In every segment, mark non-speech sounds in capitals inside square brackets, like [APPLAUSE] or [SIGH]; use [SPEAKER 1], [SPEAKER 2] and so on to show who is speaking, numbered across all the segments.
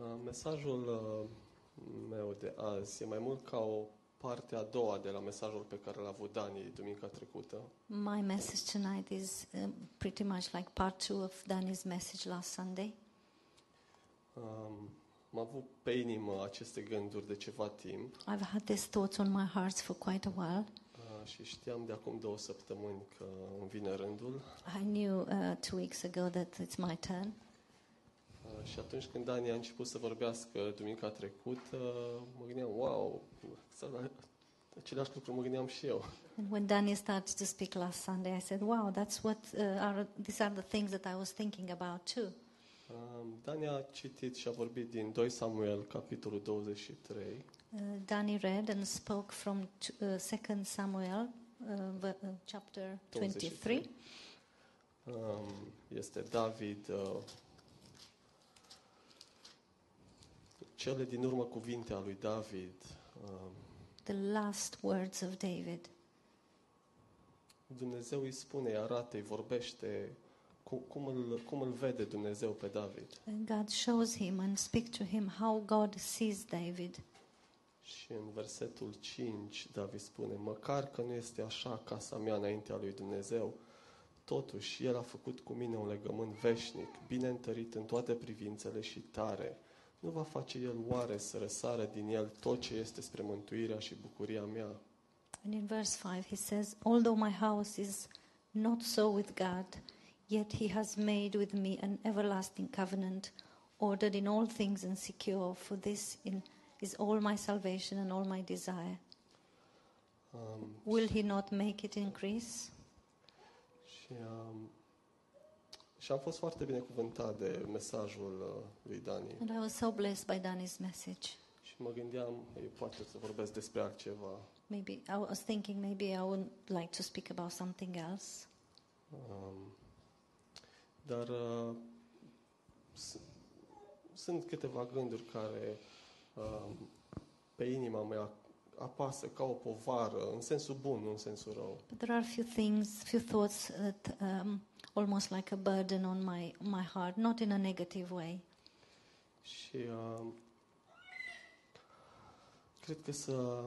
[SPEAKER 1] Mesajul uh, meu de azi e mai mult ca o parte a doua de la mesajul pe care l-a avut Dani duminica trecută.
[SPEAKER 2] My message tonight is um, pretty much like part two of Danny's message last Sunday.
[SPEAKER 1] Um, Am avut pe inimă aceste gânduri de ceva timp
[SPEAKER 2] I've had these thoughts on my heart for quite a while.
[SPEAKER 1] uh, și știam de acum două săptămâni că îmi vine rândul
[SPEAKER 2] I knew uh, two weeks ago that it's my turn.
[SPEAKER 1] Uh, și atunci când Dani a început să vorbească duminica trecută, mă gândeam, wow, exact la același lucru mă gândeam și eu.
[SPEAKER 2] And when Danny started to speak last Sunday, I said, "Wow, that's what uh, are these are the things that I was thinking about too."
[SPEAKER 1] Um, Dani a citit și a vorbit din 2 Samuel, capitolul 23,
[SPEAKER 2] Uh, Danny read and spoke from t- uh, 2 Samuel, uh, v- uh, chapter 23.
[SPEAKER 1] Um, Este David. uh, Cele din urmă cuvinte a lui David. um,
[SPEAKER 2] The last words of David.
[SPEAKER 1] Dumnezeu îi spune, îi arată, îi vorbește cu- cum îl, cum îl vede Dumnezeu pe David.
[SPEAKER 2] And God shows him and speak to him how God sees David.
[SPEAKER 1] Și în versetul 5, David spune, măcar că nu este așa casa mea înaintea lui Dumnezeu, totuși El a făcut cu mine un legământ veșnic, bine întărit în toate privințele și tare. Nu va face El oare să răsară din El tot ce este spre mântuirea și bucuria mea?
[SPEAKER 2] And in verse 5, he says, Although my house is not so with God, yet he has made with me an everlasting covenant, ordered in all things and secure, for this in, is all my salvation and all my desire.
[SPEAKER 1] Um,
[SPEAKER 2] Will he not make it increase?
[SPEAKER 1] și, um, și am fost foarte binecuvântat de mesajul uh, lui Dani.
[SPEAKER 2] And I was so blessed by Danny's message.
[SPEAKER 1] Și mă gândeam, ei, poate să vorbesc despre altceva.
[SPEAKER 2] Maybe I was thinking maybe I would like to speak about something else.
[SPEAKER 1] Um, dar uh, s- sunt câteva gânduri care um, pe inima mea apasă ca o povară, în sensul bun, nu în sensul rău.
[SPEAKER 2] But there are a few things, few thoughts that um, almost like a burden on my, my heart, not in a negative way.
[SPEAKER 1] Și um, cred că să,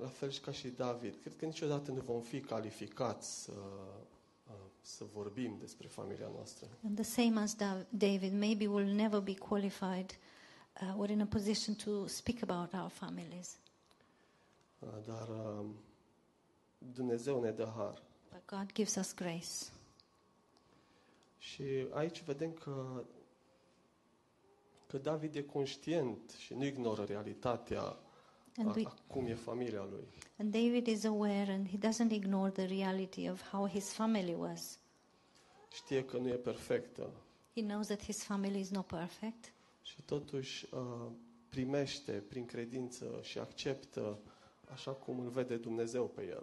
[SPEAKER 1] la fel și ca și David, cred că niciodată nu vom fi calificați să, uh, să vorbim despre familia noastră.
[SPEAKER 2] And the same as Dav- David, maybe we'll never be qualified uh, or in a position to speak about our families.
[SPEAKER 1] Uh, dar um, Dumnezeu ne dă har.
[SPEAKER 2] But God gives us grace.
[SPEAKER 1] Și aici vedem că, că David e conștient și nu ignoră realitatea
[SPEAKER 2] And,
[SPEAKER 1] a,
[SPEAKER 2] we,
[SPEAKER 1] a cum e familia lui.
[SPEAKER 2] and David is aware and he doesn't ignore the reality of how his family was.
[SPEAKER 1] Știe că nu e perfectă
[SPEAKER 2] He knows that his family is not perfect,
[SPEAKER 1] și totuși uh, primește prin credință și acceptă așa cum îl vede Dumnezeu pe el.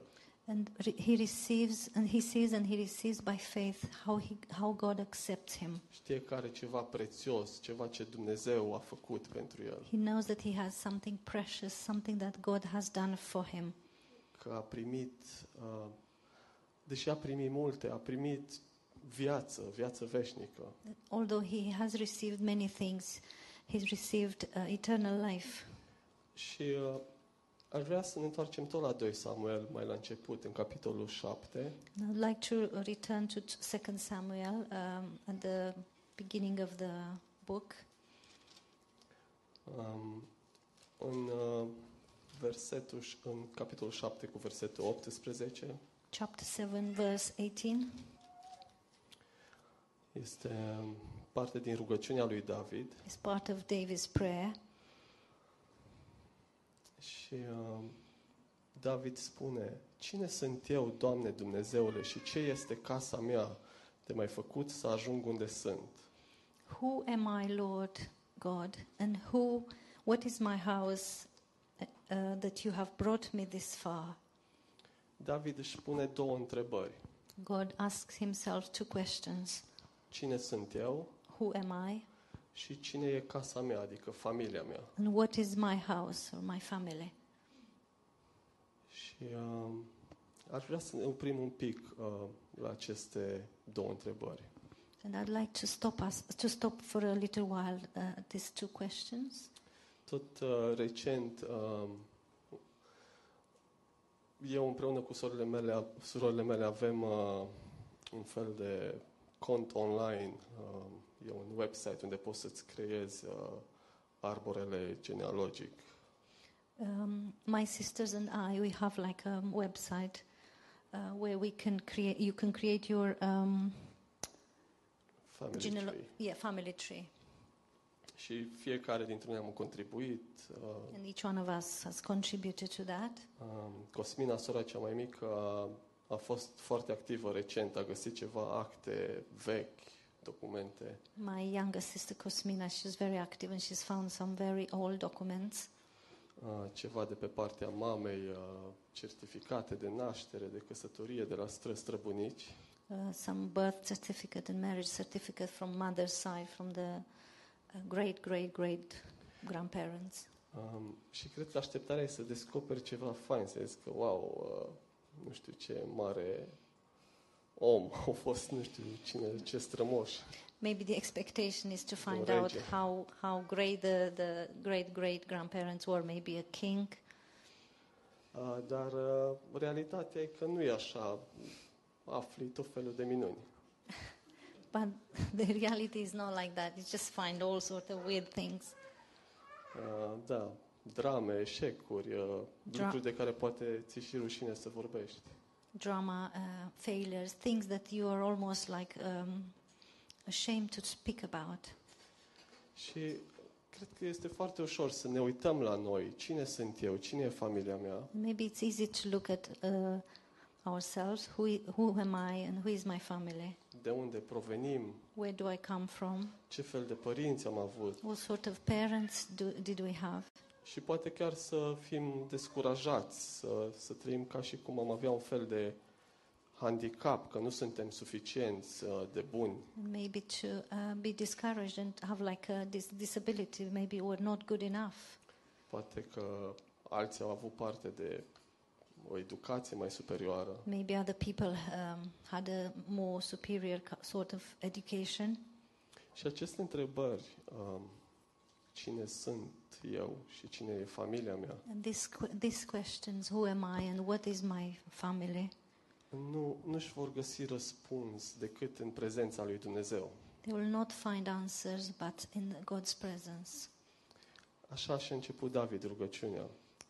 [SPEAKER 2] and re- he receives and he sees and he receives by faith how, he, how God accepts him.
[SPEAKER 1] Știe că are ceva prețios, ceva ce Dumnezeu a făcut pentru el,
[SPEAKER 2] He knows that he has something precious, something that God has done for him.
[SPEAKER 1] că a primit, uh, deși a primit multe, a primit viață, viață veșnică.
[SPEAKER 2] Although he has received many things, he's received uh, eternal life.
[SPEAKER 1] Și uh, aș vrea să ne întoarcem tot la 2 Samuel, mai la început, în capitolul 7.
[SPEAKER 2] And I'd like to return to 2 Samuel um, at the beginning of the book.
[SPEAKER 1] Um, în uh, versetul, ș- în capitolul 7 cu versetul 18
[SPEAKER 2] Chapter 7, verse 18.
[SPEAKER 1] este um, parte din rugăciunea lui David
[SPEAKER 2] It's part of David's prayer.
[SPEAKER 1] și um, David spune, Cine sunt eu, Doamne Dumnezeule, și ce este casa mea de mai făcut să ajung unde sunt?
[SPEAKER 2] Who am I, Lord God, and who, what is my house uh, uh, that you have brought me this far?
[SPEAKER 1] David își pune două întrebări.
[SPEAKER 2] God asks himself two questions
[SPEAKER 1] Cine sunt eu
[SPEAKER 2] Who am I,
[SPEAKER 1] și cine e casa mea, adică familia mea?
[SPEAKER 2] and what is my house or my family?
[SPEAKER 1] Și uh, aș vrea să ne oprim un pic uh, la aceste două întrebări.
[SPEAKER 2] And I'd like to stop us to stop for a little while uh, these two questions.
[SPEAKER 1] Tot uh, recent, um, eu împreună cu surorile mele, surorile mele avem uh, un fel de cont online, uh, e un website unde poți să-ți creezi uh, arborele genealogic.
[SPEAKER 2] Um, my sisters and I, we have like a website uh, where we can create. You can create your um,
[SPEAKER 1] Family
[SPEAKER 2] genealo-
[SPEAKER 1] tree.
[SPEAKER 2] yeah family tree,
[SPEAKER 1] Și fiecare dintre noi am contribuit. Uh,
[SPEAKER 2] and each one of us has contributed to that.
[SPEAKER 1] Um, Cosmina, sora cea mai mică, a, a fost foarte activă recent, a găsit ceva acte vechi, documente
[SPEAKER 2] My younger sister Cosmina, she's very active and she's found some very old documents.
[SPEAKER 1] uh, ceva de pe partea mamei, uh, certificate de naștere, de căsătorie, de la stră străbunici.
[SPEAKER 2] uh, some birth certificate and marriage certificate from mother's side, from the uh, great, great, great grandparents.
[SPEAKER 1] Um, și cred că așteptarea e să descoperi ceva fain, să zici că, wow, uh, nu știu ce mare om [LAUGHS] a fost, nu știu cine, ce strămoș.
[SPEAKER 2] Maybe the expectation is to find
[SPEAKER 1] rege.
[SPEAKER 2] out how, how great the, the great great grandparents were, maybe a king.
[SPEAKER 1] Uh, dar uh, realitatea e că nu e așa. Afli tot felul de minuni.
[SPEAKER 2] But [LAUGHS] the reality is not like that. You just find all sorts of weird things.
[SPEAKER 1] Uh, Da, drame, eșecuri, uh,
[SPEAKER 2] Dra-
[SPEAKER 1] lucruri de care poate ți și rușine să vorbești.
[SPEAKER 2] drama, uh, failures, things that you are almost like um, ashamed to speak about.
[SPEAKER 1] Și cred că este foarte ușor să ne uităm la noi. Cine sunt eu? Cine e familia mea?
[SPEAKER 2] Maybe it's easy to look at uh, ourselves who, i- who am I and who is my family?
[SPEAKER 1] De unde provenim?
[SPEAKER 2] Where do I come from?
[SPEAKER 1] Ce fel de părinți am avut?
[SPEAKER 2] What sort of parents do, did we have?
[SPEAKER 1] Și poate chiar să fim descurajați, să, să trăim ca și cum am avea un fel de handicap, că nu suntem suficienți uh, de buni.
[SPEAKER 2] And maybe to uh, be discouraged and have like a dis- disability, maybe we're not good enough.
[SPEAKER 1] Poate că alții au avut parte de o educație mai superioară.
[SPEAKER 2] Maybe other people um, had a more superior co- sort of education.
[SPEAKER 1] Și aceste întrebări, um, cine sunt eu și cine e familia mea,
[SPEAKER 2] And this que- these questions who am I and what is my family?
[SPEAKER 1] nu, nu își vor găsi răspuns decât în prezența lui Dumnezeu.
[SPEAKER 2] They will not find answers but in God's presence.
[SPEAKER 1] Așa și-a început David rugăciunea.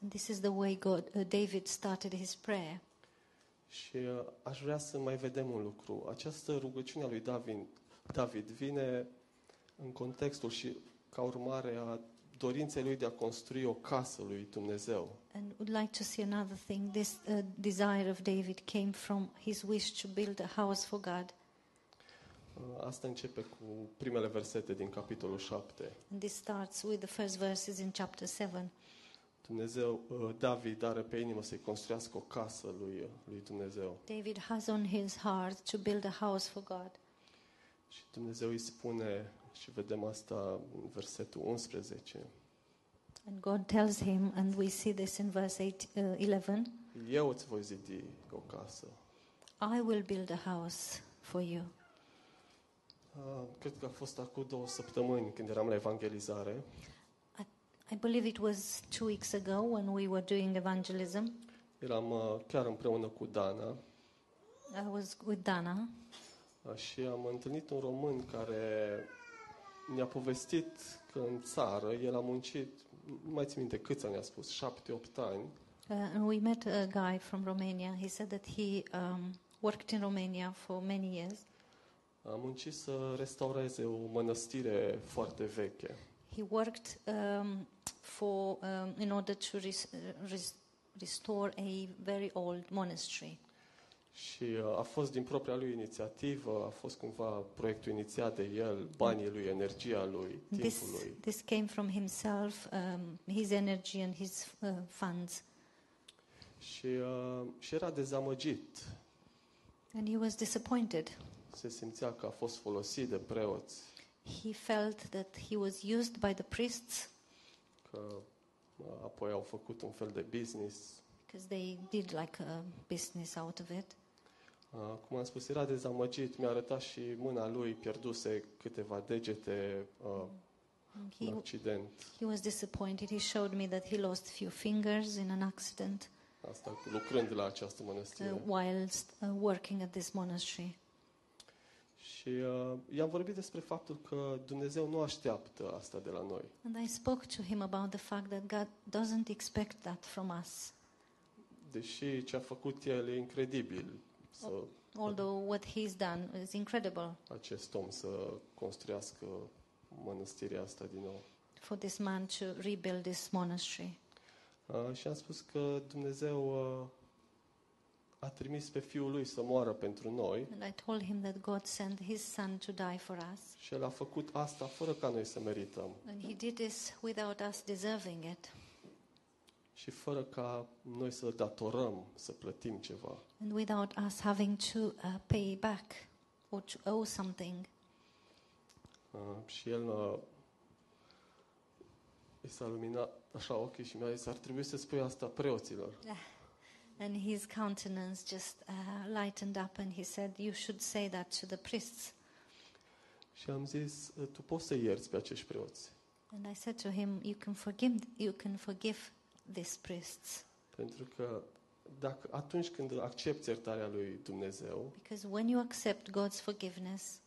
[SPEAKER 2] And This is the way God, uh, David started his prayer.
[SPEAKER 1] Și uh, aș vrea să mai vedem un lucru. Această rugăciune a lui David, David vine în contextul și ca urmare a dorinței lui de a construi o casă lui Dumnezeu.
[SPEAKER 2] And would like to see another thing. This uh, desire of David came from his wish to build a house for God.
[SPEAKER 1] Uh, Asta începe cu primele versete din capitolul 7.
[SPEAKER 2] And this starts with the first verses in chapter 7.
[SPEAKER 1] Dumnezeu, uh, David are pe inimă să-i construiască o casă lui, uh, lui Dumnezeu.
[SPEAKER 2] David has on his heart to build a house for God.
[SPEAKER 1] Și Dumnezeu îi spune, și vedem asta în versetul 11,
[SPEAKER 2] And God tells him, and we see this in verse 8, uh, 11
[SPEAKER 1] eu îți voi zidi o casă.
[SPEAKER 2] I will build a house for you.
[SPEAKER 1] Uh, Cred că a fost acum două săptămâni când eram la evangelizare
[SPEAKER 2] I believe it was two weeks ago when we were doing evangelism.
[SPEAKER 1] Eram uh, chiar împreună cu Dana
[SPEAKER 2] I was with Dana,
[SPEAKER 1] uh, și am întâlnit un român care ne-a povestit că în țară el a muncit, nu mai țin minte câți ani a spus, șapte, opt ani,
[SPEAKER 2] uh, and we met a guy from Romania. He said that he um, worked in Romania for many years.
[SPEAKER 1] a muncit să restaureze o mănăstire foarte veche.
[SPEAKER 2] He worked um, for um, in order to res- uh, res- restore a very old monastery.
[SPEAKER 1] Și uh, a fost din propria lui inițiativă, a fost cumva proiectul inițiat de el, banii lui, energia lui,
[SPEAKER 2] This
[SPEAKER 1] timpul lui.
[SPEAKER 2] this came from himself, um, his energy and his uh, funds,
[SPEAKER 1] Și, uh, și era dezamăgit.
[SPEAKER 2] and he was disappointed.
[SPEAKER 1] Se simțea că a fost folosit de preoți,
[SPEAKER 2] He felt that he was used by the priests
[SPEAKER 1] că uh, apoi au făcut un fel de business.
[SPEAKER 2] because they did like a business out of it.
[SPEAKER 1] Uh, Cum am spus, era dezamăgit, mi-a arătat și mâna lui, pierduse câteva degete uh,
[SPEAKER 2] And he,
[SPEAKER 1] în accident.
[SPEAKER 2] he was disappointed. He showed me that he lost few fingers in an accident
[SPEAKER 1] Asta cu- lucrând la această
[SPEAKER 2] uh,
[SPEAKER 1] mănăstire.
[SPEAKER 2] whilst uh, working at this monastery.
[SPEAKER 1] Și uh, i-am vorbit despre faptul că Dumnezeu nu așteaptă asta de la noi.
[SPEAKER 2] And I spoke to him about the fact that God doesn't expect that from us.
[SPEAKER 1] Deși ce a făcut el e incredibil, să,
[SPEAKER 2] Although what he's done is incredible
[SPEAKER 1] acest om să construiască mănăstirea asta din nou.
[SPEAKER 2] for this man to rebuild this monastery.
[SPEAKER 1] Uh, și am spus că Dumnezeu uh, a trimis pe Fiul Lui să moară pentru noi
[SPEAKER 2] And I told him that God sent his son to die for us.
[SPEAKER 1] și El a făcut asta fără ca noi să merităm
[SPEAKER 2] And he did this without us deserving it
[SPEAKER 1] și fără ca noi să datorăm, să plătim ceva.
[SPEAKER 2] and without us having to uh, pay back or to owe something.
[SPEAKER 1] Uh, și El uh, i s-a luminat așa ochii și mi-a zis, ar trebui să spui asta preoților.
[SPEAKER 2] And his countenance just uh, lightened up and he said, You should say that to the priests.
[SPEAKER 1] Și am zis, "Uh, tu poți să ierți pe acești preoți.
[SPEAKER 2] And I said to him, You can forgive, you can forgive these priests.
[SPEAKER 1] Pentru că dacă, atunci când accepti iertarea lui Dumnezeu,
[SPEAKER 2] Because when you accept God's forgiveness,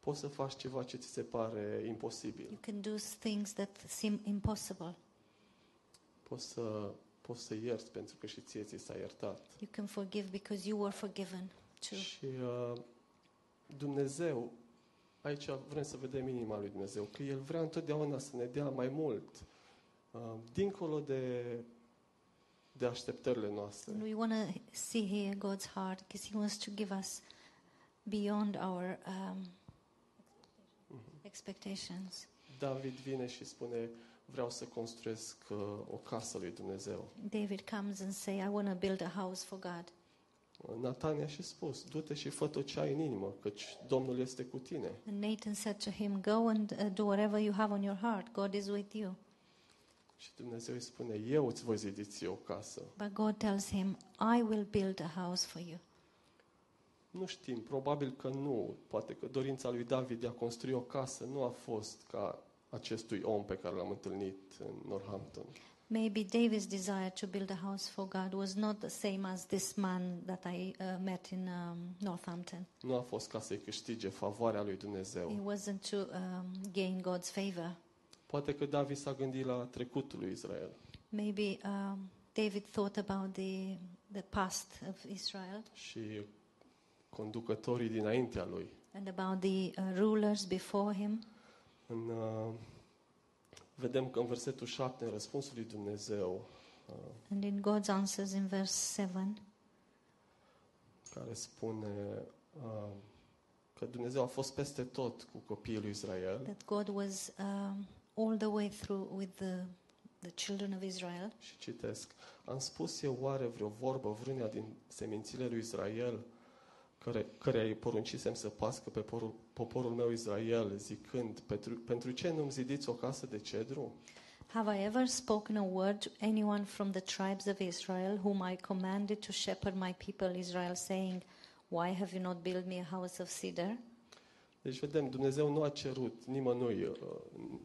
[SPEAKER 1] poți să faci ceva ce ți se pare
[SPEAKER 2] you
[SPEAKER 1] imposibil.
[SPEAKER 2] can do things that seem impossible.
[SPEAKER 1] Poți să, poți să ierți pentru că și ție ți s-a iertat.
[SPEAKER 2] You can forgive because you were forgiven too.
[SPEAKER 1] Și uh, Dumnezeu, aici vrem să vedem inima lui Dumnezeu, că El vrea întotdeauna să ne dea mai mult, uh, dincolo de, de așteptările noastre.
[SPEAKER 2] And we want to see here God's heart because He wants to give us beyond our um, expectations.
[SPEAKER 1] David vine și spune, vreau să construiesc uh, o casă lui Dumnezeu.
[SPEAKER 2] David comes and say, "I want to build a house for God."
[SPEAKER 1] Natania și spus, du-te și fă tot ce ai în inimă, căci Domnul este cu tine.
[SPEAKER 2] And Nathan said to him, "Go and uh, do whatever you have on your heart. God is with you."
[SPEAKER 1] Și Dumnezeu îi spune, eu îți voi zidi ție o casă.
[SPEAKER 2] But God tells him, "I will build a house for you."
[SPEAKER 1] Nu știm, probabil că nu. Poate că dorința lui David de a construi o casă nu a fost ca acestui om pe care l-am întâlnit în Northampton.
[SPEAKER 2] Maybe David's desire to build a house for God was not the same as this man that I uh, met in um, Northampton.
[SPEAKER 1] Nu a fost ca să-i câștige favoarea lui
[SPEAKER 2] It
[SPEAKER 1] Dumnezeu.
[SPEAKER 2] wasn't to um, gain God's favor.
[SPEAKER 1] Poate că David s-a gândit la trecutul lui Israel
[SPEAKER 2] Maybe um, David thought about the the past of Israel
[SPEAKER 1] și conducătorii dinaintea lui.
[SPEAKER 2] and about the uh, rulers before him.
[SPEAKER 1] În, uh, vedem că în versetul 7, în răspunsul lui Dumnezeu, uh,
[SPEAKER 2] And in God's answers in verse 7,
[SPEAKER 1] care spune uh, că Dumnezeu a fost peste tot cu copiii lui Israel
[SPEAKER 2] that God was um, all the way through with the, the children of Israel.
[SPEAKER 1] și citesc Am spus eu oare vreo vorbă vreunea din semințile lui Israel care, care îi poruncisem să pască pe porul, poporul meu Israel zicând pentru, pentru ce nu-mi zidiți o casă de cedru?
[SPEAKER 2] Have I ever spoken a word to anyone from the tribes of Israel, whom I commanded to shepherd my people Israel, saying, Why have you not built me a house of cedar?
[SPEAKER 1] Deci vedem, Dumnezeu nu a cerut nimănui, uh,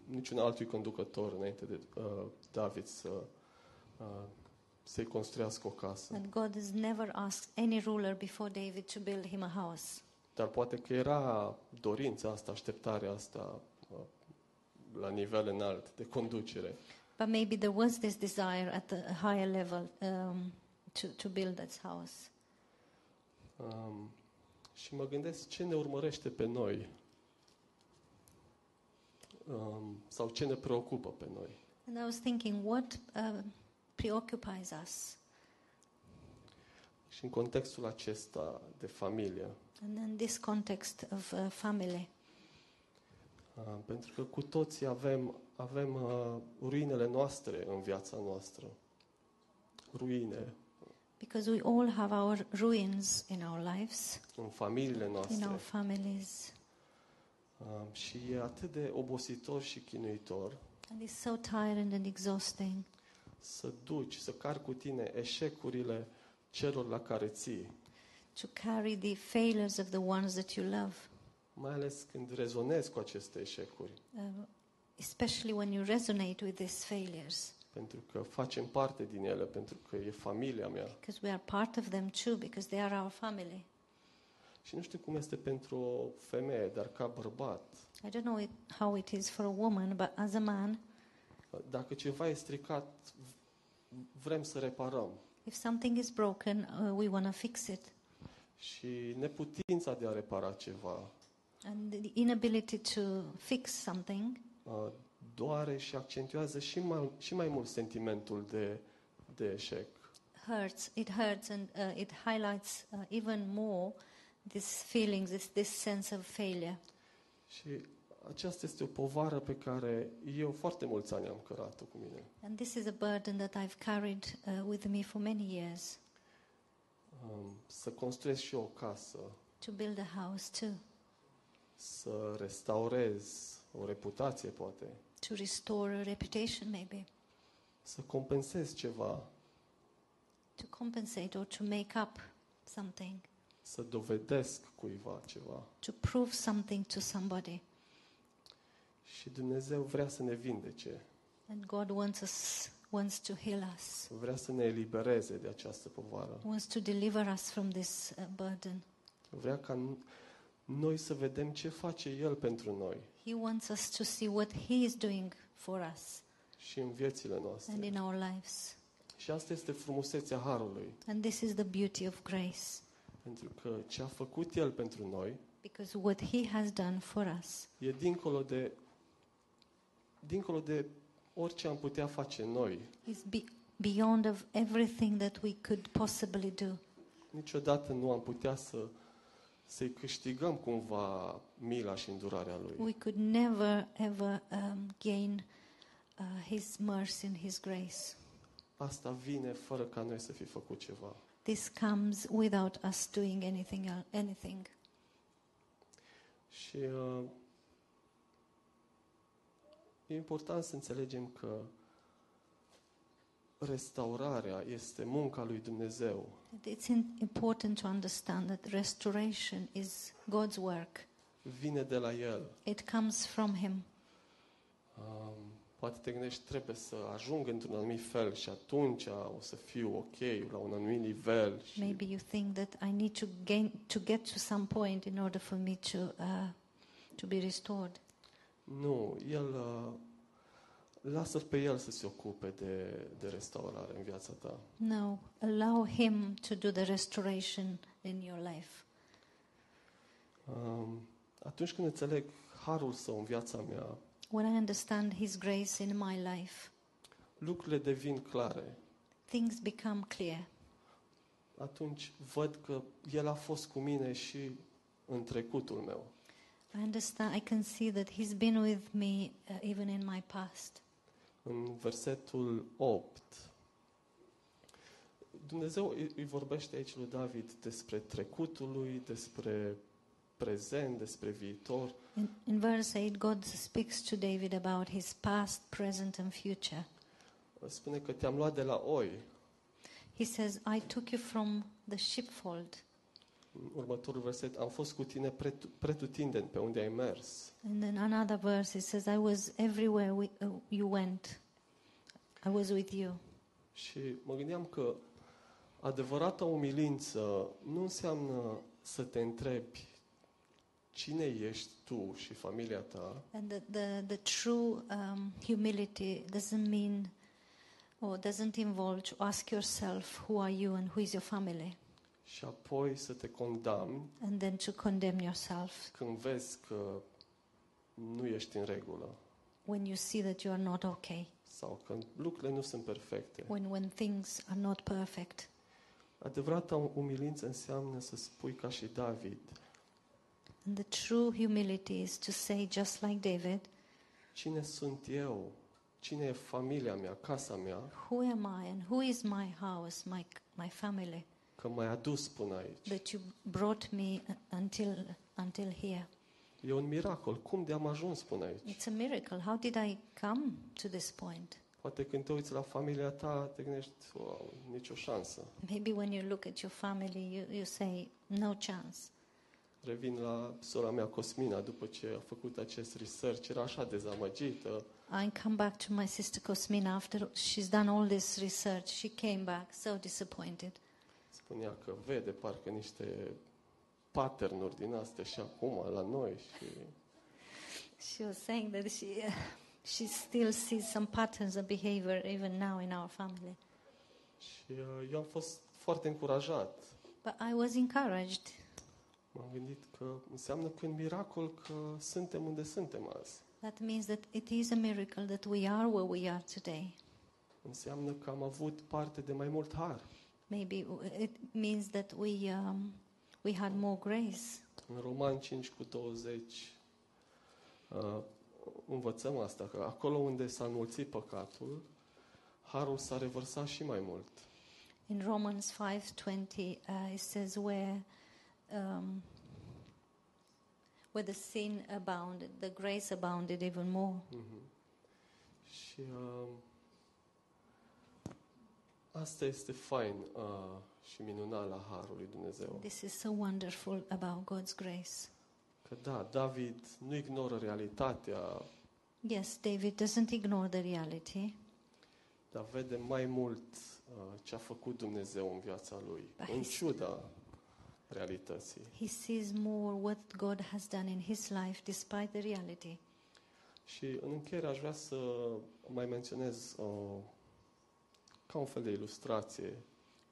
[SPEAKER 1] niciun altui conducător înainte de uh, David să uh, să-i construiască o casă.
[SPEAKER 2] And God has never asked any ruler before David to build him a house.
[SPEAKER 1] Dar poate că era dorința asta, așteptarea asta uh, la nivel înalt de conducere.
[SPEAKER 2] But maybe there was this desire at the higher level um, to, to build this house.
[SPEAKER 1] Um, și mă gândesc ce ne urmărește pe noi um, sau ce ne preocupă pe noi.
[SPEAKER 2] And I was thinking, what um preoccupies us?
[SPEAKER 1] Și în contextul acesta de familie.
[SPEAKER 2] And in this context of uh, family,
[SPEAKER 1] Uh, pentru că cu toții avem, avem uh, ruinele noastre în viața noastră. Ruine
[SPEAKER 2] because we all have our ruins in our lives.
[SPEAKER 1] în familiile
[SPEAKER 2] in
[SPEAKER 1] noastre.
[SPEAKER 2] our families.
[SPEAKER 1] Um, și e atât de obositor și chinuitor
[SPEAKER 2] And it's so tiring and exhausting
[SPEAKER 1] să duci, să car cu tine eșecurile celor la care ții
[SPEAKER 2] to carry the failures of the ones that you love,
[SPEAKER 1] mai ales când rezonezi cu aceste eșecuri,
[SPEAKER 2] uh, especially when you resonate with these failures,
[SPEAKER 1] pentru că facem parte din ele, pentru că e familia mea.
[SPEAKER 2] because we are part of them too, because they are our family.
[SPEAKER 1] Și nu știu cum este pentru o femeie, dar ca bărbat,
[SPEAKER 2] I don't know it, how it is for a woman, but as a man,
[SPEAKER 1] dacă ceva e stricat, vrem să reparăm.
[SPEAKER 2] if something is broken, uh, we want to fix it.
[SPEAKER 1] Și neputința de a repara ceva
[SPEAKER 2] And the inability to fix something
[SPEAKER 1] uh, doare și accentuează și mai, și mai mult sentimentul de, de eșec.
[SPEAKER 2] hurts. It hurts and uh, it highlights uh, even more these feelings, this, this sense of failure.
[SPEAKER 1] Și aceasta este o povară pe care eu foarte mulți ani am cărat-o cu mine.
[SPEAKER 2] And this is a burden that I've carried uh, with me for many years
[SPEAKER 1] Um, Să construiesc și eu o casă,
[SPEAKER 2] to build a house, to,
[SPEAKER 1] să restaurez o reputație, poate,
[SPEAKER 2] to restore a reputation, maybe,
[SPEAKER 1] să compensez ceva,
[SPEAKER 2] to compensate or to make up something,
[SPEAKER 1] să dovedesc cuiva ceva.
[SPEAKER 2] to prove something to somebody.
[SPEAKER 1] Și Dumnezeu vrea să ne vindece,
[SPEAKER 2] And God wants us, wants to heal us,
[SPEAKER 1] vrea să ne elibereze de această povară.
[SPEAKER 2] wants to deliver us from this uh, burden.
[SPEAKER 1] Vrea ca n- noi să vedem ce face El pentru noi
[SPEAKER 2] He wants us to see what He is doing for us
[SPEAKER 1] și în viețile
[SPEAKER 2] and
[SPEAKER 1] noastre.
[SPEAKER 2] in our lives.
[SPEAKER 1] Și asta este frumusețea Harului,
[SPEAKER 2] And this is the beauty of grace,
[SPEAKER 1] pentru că ce a făcut El pentru noi
[SPEAKER 2] because what He has done for us
[SPEAKER 1] e dincolo de, dincolo de orice am putea face noi.
[SPEAKER 2] is be- beyond of everything that we could possibly do.
[SPEAKER 1] Niciodată nu am putea să, să-i câștigăm cumva mila și îndurarea Lui.
[SPEAKER 2] We could never, ever um, gain uh, His mercy and His grace.
[SPEAKER 1] Asta vine fără ca noi să fi făcut ceva.
[SPEAKER 2] This comes without us doing anything. el- Anything.
[SPEAKER 1] Și uh, e important să înțelegem că restaurarea este munca lui Dumnezeu.
[SPEAKER 2] It's in- important to understand that restoration is God's work.
[SPEAKER 1] Vine de la El.
[SPEAKER 2] It comes from Him.
[SPEAKER 1] Uh, poate te gândești, trebuie să ajung într-un anumit fel și atunci o să fiu ok la un anumit nivel. Și
[SPEAKER 2] Maybe you think that I need to gain to get to some point in order for me to uh, to be restored.
[SPEAKER 1] Nu, El... Uh, lasă pe El să se ocupe de, de restaurare în viața ta.
[SPEAKER 2] No, allow Him to do the restoration in your life.
[SPEAKER 1] Uh, atunci când înțeleg harul Său în viața mea,
[SPEAKER 2] When I understand His grace in my life,
[SPEAKER 1] lucrurile devin clare.
[SPEAKER 2] things become clear.
[SPEAKER 1] Atunci văd că El a fost cu mine și în trecutul meu.
[SPEAKER 2] I understand. I can see that He's been with me uh, even in my past.
[SPEAKER 1] În versetul 8, Dumnezeu îi îi vorbește aici lui David despre trecutul lui, despre prezent, despre viitor
[SPEAKER 2] In, in verse 8, God speaks to David about his past, present, and future.
[SPEAKER 1] spune că te-am luat de la oi.
[SPEAKER 2] He says, I took you from the sheepfold.
[SPEAKER 1] În următorul verset, am fost cu tine pretu- pretutindeni pe unde ai mers.
[SPEAKER 2] And then another verse, it says, I was everywhere we, uh, you went. I was with you.
[SPEAKER 1] Și mă gândeam că adevărata umilință nu înseamnă să te întrebi cine ești tu și familia ta,
[SPEAKER 2] And the, the, the true um, humility doesn't mean or doesn't involve to ask yourself, who are you and who is your family?
[SPEAKER 1] și apoi să te condamni
[SPEAKER 2] And then to condemn yourself
[SPEAKER 1] când vezi că nu ești în regulă
[SPEAKER 2] when you see that you are not okay,
[SPEAKER 1] sau că lucrurile nu sunt perfecte.
[SPEAKER 2] when, when things are not perfect.
[SPEAKER 1] Adevărata umilință înseamnă să spui ca și David,
[SPEAKER 2] And the true humility is to say, just like David,
[SPEAKER 1] cine sunt eu? Cine e familia mea, casa mea,
[SPEAKER 2] who am I and who is my house, my, my family?
[SPEAKER 1] că m-ai adus până aici?
[SPEAKER 2] that you brought me u- until until here.
[SPEAKER 1] E un miracol. Cum de am ajuns până aici?
[SPEAKER 2] Deci- It's a miracle. How did I come to this point?
[SPEAKER 1] Poate când te uiți la familia ta, te gândești, wow, nicio șansă.
[SPEAKER 2] Maybe when you look at your family, you, you say, no chance.
[SPEAKER 1] Revin la sora mea Cosmina, după ce a făcut acest research, era așa dezamăgită.
[SPEAKER 2] I come back to my sister Cosmina after she's done all this research. She came back so disappointed.
[SPEAKER 1] Spunea că vede parcă niște patternuri din astea și acum la noi și
[SPEAKER 2] She was saying that she, uh, she still sees some patterns of behavior even now in our family.
[SPEAKER 1] Și uh, eu am fost foarte încurajat.
[SPEAKER 2] But I was encouraged.
[SPEAKER 1] M-am gândit că înseamnă că e un miracol că suntem unde suntem azi.
[SPEAKER 2] That means that it is a miracle that we are where we are today.
[SPEAKER 1] Înseamnă că am avut parte de mai mult har.
[SPEAKER 2] Maybe w- it means that we, um, we had more grace.
[SPEAKER 1] În Roman 5 cu 20 uh, învățăm asta, că acolo unde s-a înmulțit păcatul, harul s-a revărsat și mai mult.
[SPEAKER 2] In Romans 5:20, uh, it says where um, where the sin abounded, the grace abounded even more.
[SPEAKER 1] Mhm. Și uh, asta este fain uh, și minunat la harul lui Dumnezeu.
[SPEAKER 2] This is so wonderful about God's grace.
[SPEAKER 1] Că da, David nu ignoră realitatea,
[SPEAKER 2] Yes, David doesn't ignore the reality,
[SPEAKER 1] dar vede mai mult uh, ce a făcut Dumnezeu în viața lui,
[SPEAKER 2] Da,
[SPEAKER 1] în
[SPEAKER 2] este-
[SPEAKER 1] ciuda realității.
[SPEAKER 2] he sees more what God has done in his life despite the reality.
[SPEAKER 1] Și în încheiere aș vrea să mai menționez o, ca un fel de ilustrație.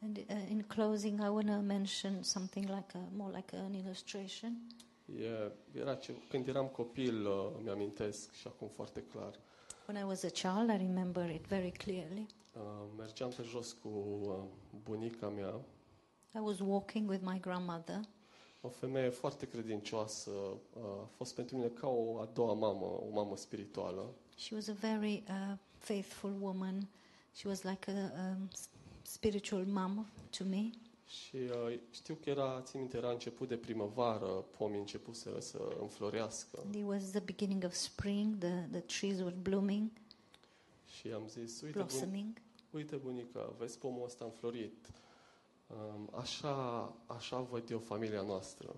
[SPEAKER 2] And uh, in closing, I want to mention something like a, more like an illustration.
[SPEAKER 1] E, era ce, când eram copil, uh, mi-amintesc și acum foarte clar,
[SPEAKER 2] When I was a child, I remember it very clearly.
[SPEAKER 1] uh, mergeam pe jos cu uh, bunica mea,
[SPEAKER 2] I was walking with my grandmother.
[SPEAKER 1] o femeie foarte credincioasă, uh, a fost pentru mine ca o a doua mamă, o mamă spirituală.
[SPEAKER 2] She was a very uh, faithful woman. She was like a um, s- spiritual mum to me.
[SPEAKER 1] Și uh, știu că era, țin minte, era început de primăvară, pomii începuseră să înflorească.
[SPEAKER 2] And it was the beginning of spring. The, the trees were blooming,
[SPEAKER 1] Și am zis, uite, bun,
[SPEAKER 2] blossoming.
[SPEAKER 1] uite bunica, vezi pomul ăsta înflorit. Um, așa, așa văd eu familia noastră.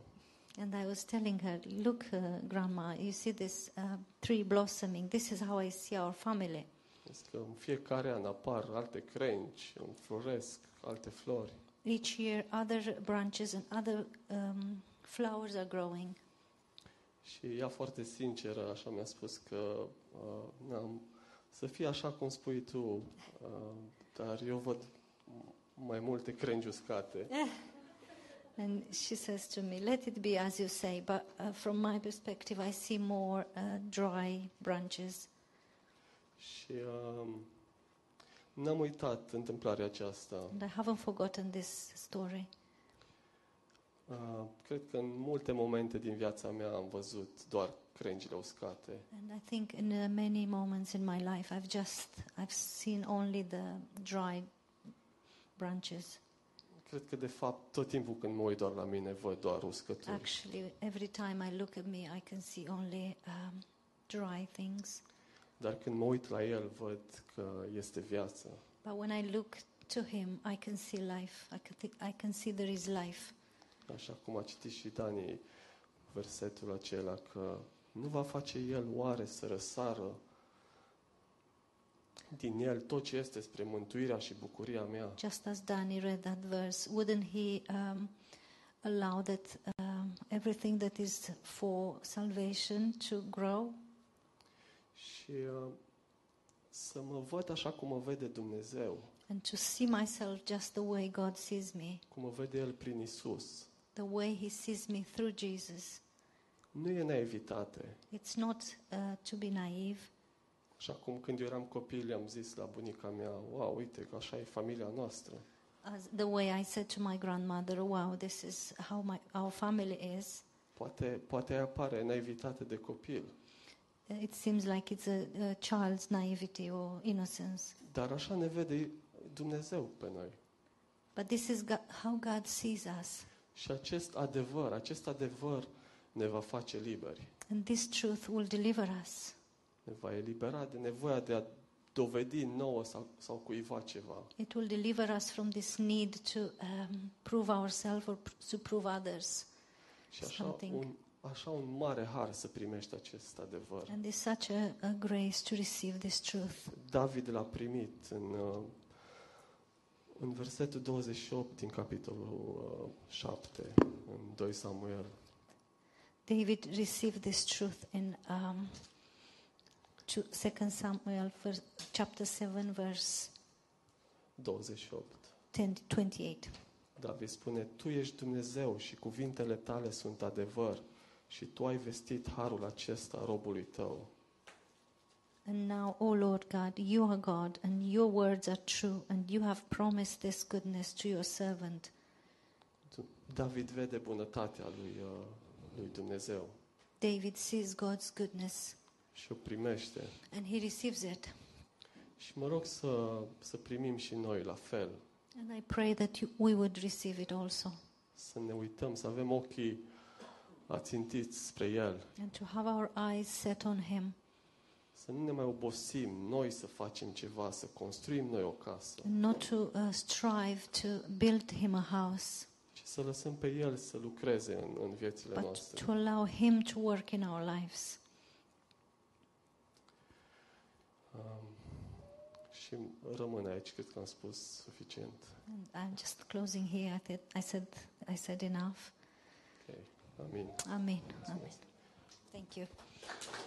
[SPEAKER 2] And I was telling her, look, uh, grandma, you see this uh, tree blossoming. This is how I see our family.
[SPEAKER 1] Zic că în fiecare an apar alte crengi, înfloresc alte flori.
[SPEAKER 2] Each year, other branches and other um, flowers are growing.
[SPEAKER 1] Și ea foarte sinceră, așa mi-a spus că uh, am să fie așa cum spui tu, uh, dar eu văd mai multe crengi uscate.
[SPEAKER 2] And she says to me, Let it be as you say, but uh, from my perspective, I see more uh, dry branches.
[SPEAKER 1] Și um, n-am uitat întâmplarea aceasta.
[SPEAKER 2] And I haven't forgotten this story.
[SPEAKER 1] Uh, cred că în multe momente din viața mea am văzut doar crengile uscate.
[SPEAKER 2] And I think in uh, many moments in my life, I've just I've seen only the dry branches.
[SPEAKER 1] Cred că, de fapt, tot timpul când mă uit doar la mine, văd doar uscături.
[SPEAKER 2] Actually, every time I look at me, I can see only um, dry things.
[SPEAKER 1] Dar când mă uit la el, văd că este viață.
[SPEAKER 2] But when I look to him, I can see life. I can, think, I can see there is life.
[SPEAKER 1] Așa cum a citit și Dani versetul acela că nu va face el oare să răsară din el tot ce este spre mântuirea și bucuria mea.
[SPEAKER 2] Just as Danny read that verse, wouldn't he um, allow that um, everything that is for salvation to grow?
[SPEAKER 1] Și uh, să mă văd așa cum mă vede Dumnezeu,
[SPEAKER 2] And to see myself just the way God sees me,
[SPEAKER 1] cum mă vede El prin Isus.
[SPEAKER 2] the way He sees me through Jesus.
[SPEAKER 1] Nu e naivitate.
[SPEAKER 2] It's not uh, to be naive.
[SPEAKER 1] Și acum când eu eram copil, am zis la bunica mea, wow, uite că așa e familia noastră.
[SPEAKER 2] As the way I said to my grandmother, wow, this is how my, our family is.
[SPEAKER 1] Poate, poate aia apare naivitate de copil,
[SPEAKER 2] Uh, It seems like it's a, a child's naivety or innocence.
[SPEAKER 1] dar așa ne vede Dumnezeu pe noi.
[SPEAKER 2] But this is Go- how God sees us.
[SPEAKER 1] Și acest adevăr, acest adevăr ne va face liberi.
[SPEAKER 2] And this truth will deliver us.
[SPEAKER 1] Ne va elibera de nevoia de a dovedi nouă sau, sau cuiva ceva.
[SPEAKER 2] It will deliver us from this need to um, prove ourselves or pr- to prove others.
[SPEAKER 1] Și așa
[SPEAKER 2] Something.
[SPEAKER 1] un, așa un mare har să primești acest adevăr.
[SPEAKER 2] And it's such a, a grace to receive this truth.
[SPEAKER 1] David l-a primit în, uh, în versetul 28 din capitolul uh, 7, în 2 Samuel.
[SPEAKER 2] David received this truth in um, two, 2 Samuel verse, chapter 7, verse
[SPEAKER 1] 28.
[SPEAKER 2] 10, 28.
[SPEAKER 1] David spune, Tu ești Dumnezeu și cuvintele tale sunt adevăr și Tu ai vestit harul acesta robului tău.
[SPEAKER 2] And now, O Lord God, you are God, and your words are true, and you have promised this goodness to your servant.
[SPEAKER 1] Du- David vede bunătatea lui, uh, lui Dumnezeu
[SPEAKER 2] David sees God's goodness
[SPEAKER 1] și o primește.
[SPEAKER 2] and he receives it.
[SPEAKER 1] Și mă rog să, să primim și noi la fel,
[SPEAKER 2] And I pray that you, we would receive it also
[SPEAKER 1] să ne uităm, să avem ochii ațintiți spre El,
[SPEAKER 2] and to have our eyes set on him
[SPEAKER 1] să nu ne mai obosim noi să facem ceva, să construim noi o casă,
[SPEAKER 2] and not to uh, strive to build him a house,
[SPEAKER 1] ci să lăsăm pe El să lucreze în, în viețile
[SPEAKER 2] but
[SPEAKER 1] noastre.
[SPEAKER 2] to allow him to work in our lives.
[SPEAKER 1] Um, și rămâne aici, cred că am spus suficient.
[SPEAKER 2] And I'm just closing here. I, thi- I said, I said enough.
[SPEAKER 1] Okay. Amin.
[SPEAKER 2] Amen. Amen. Thank you.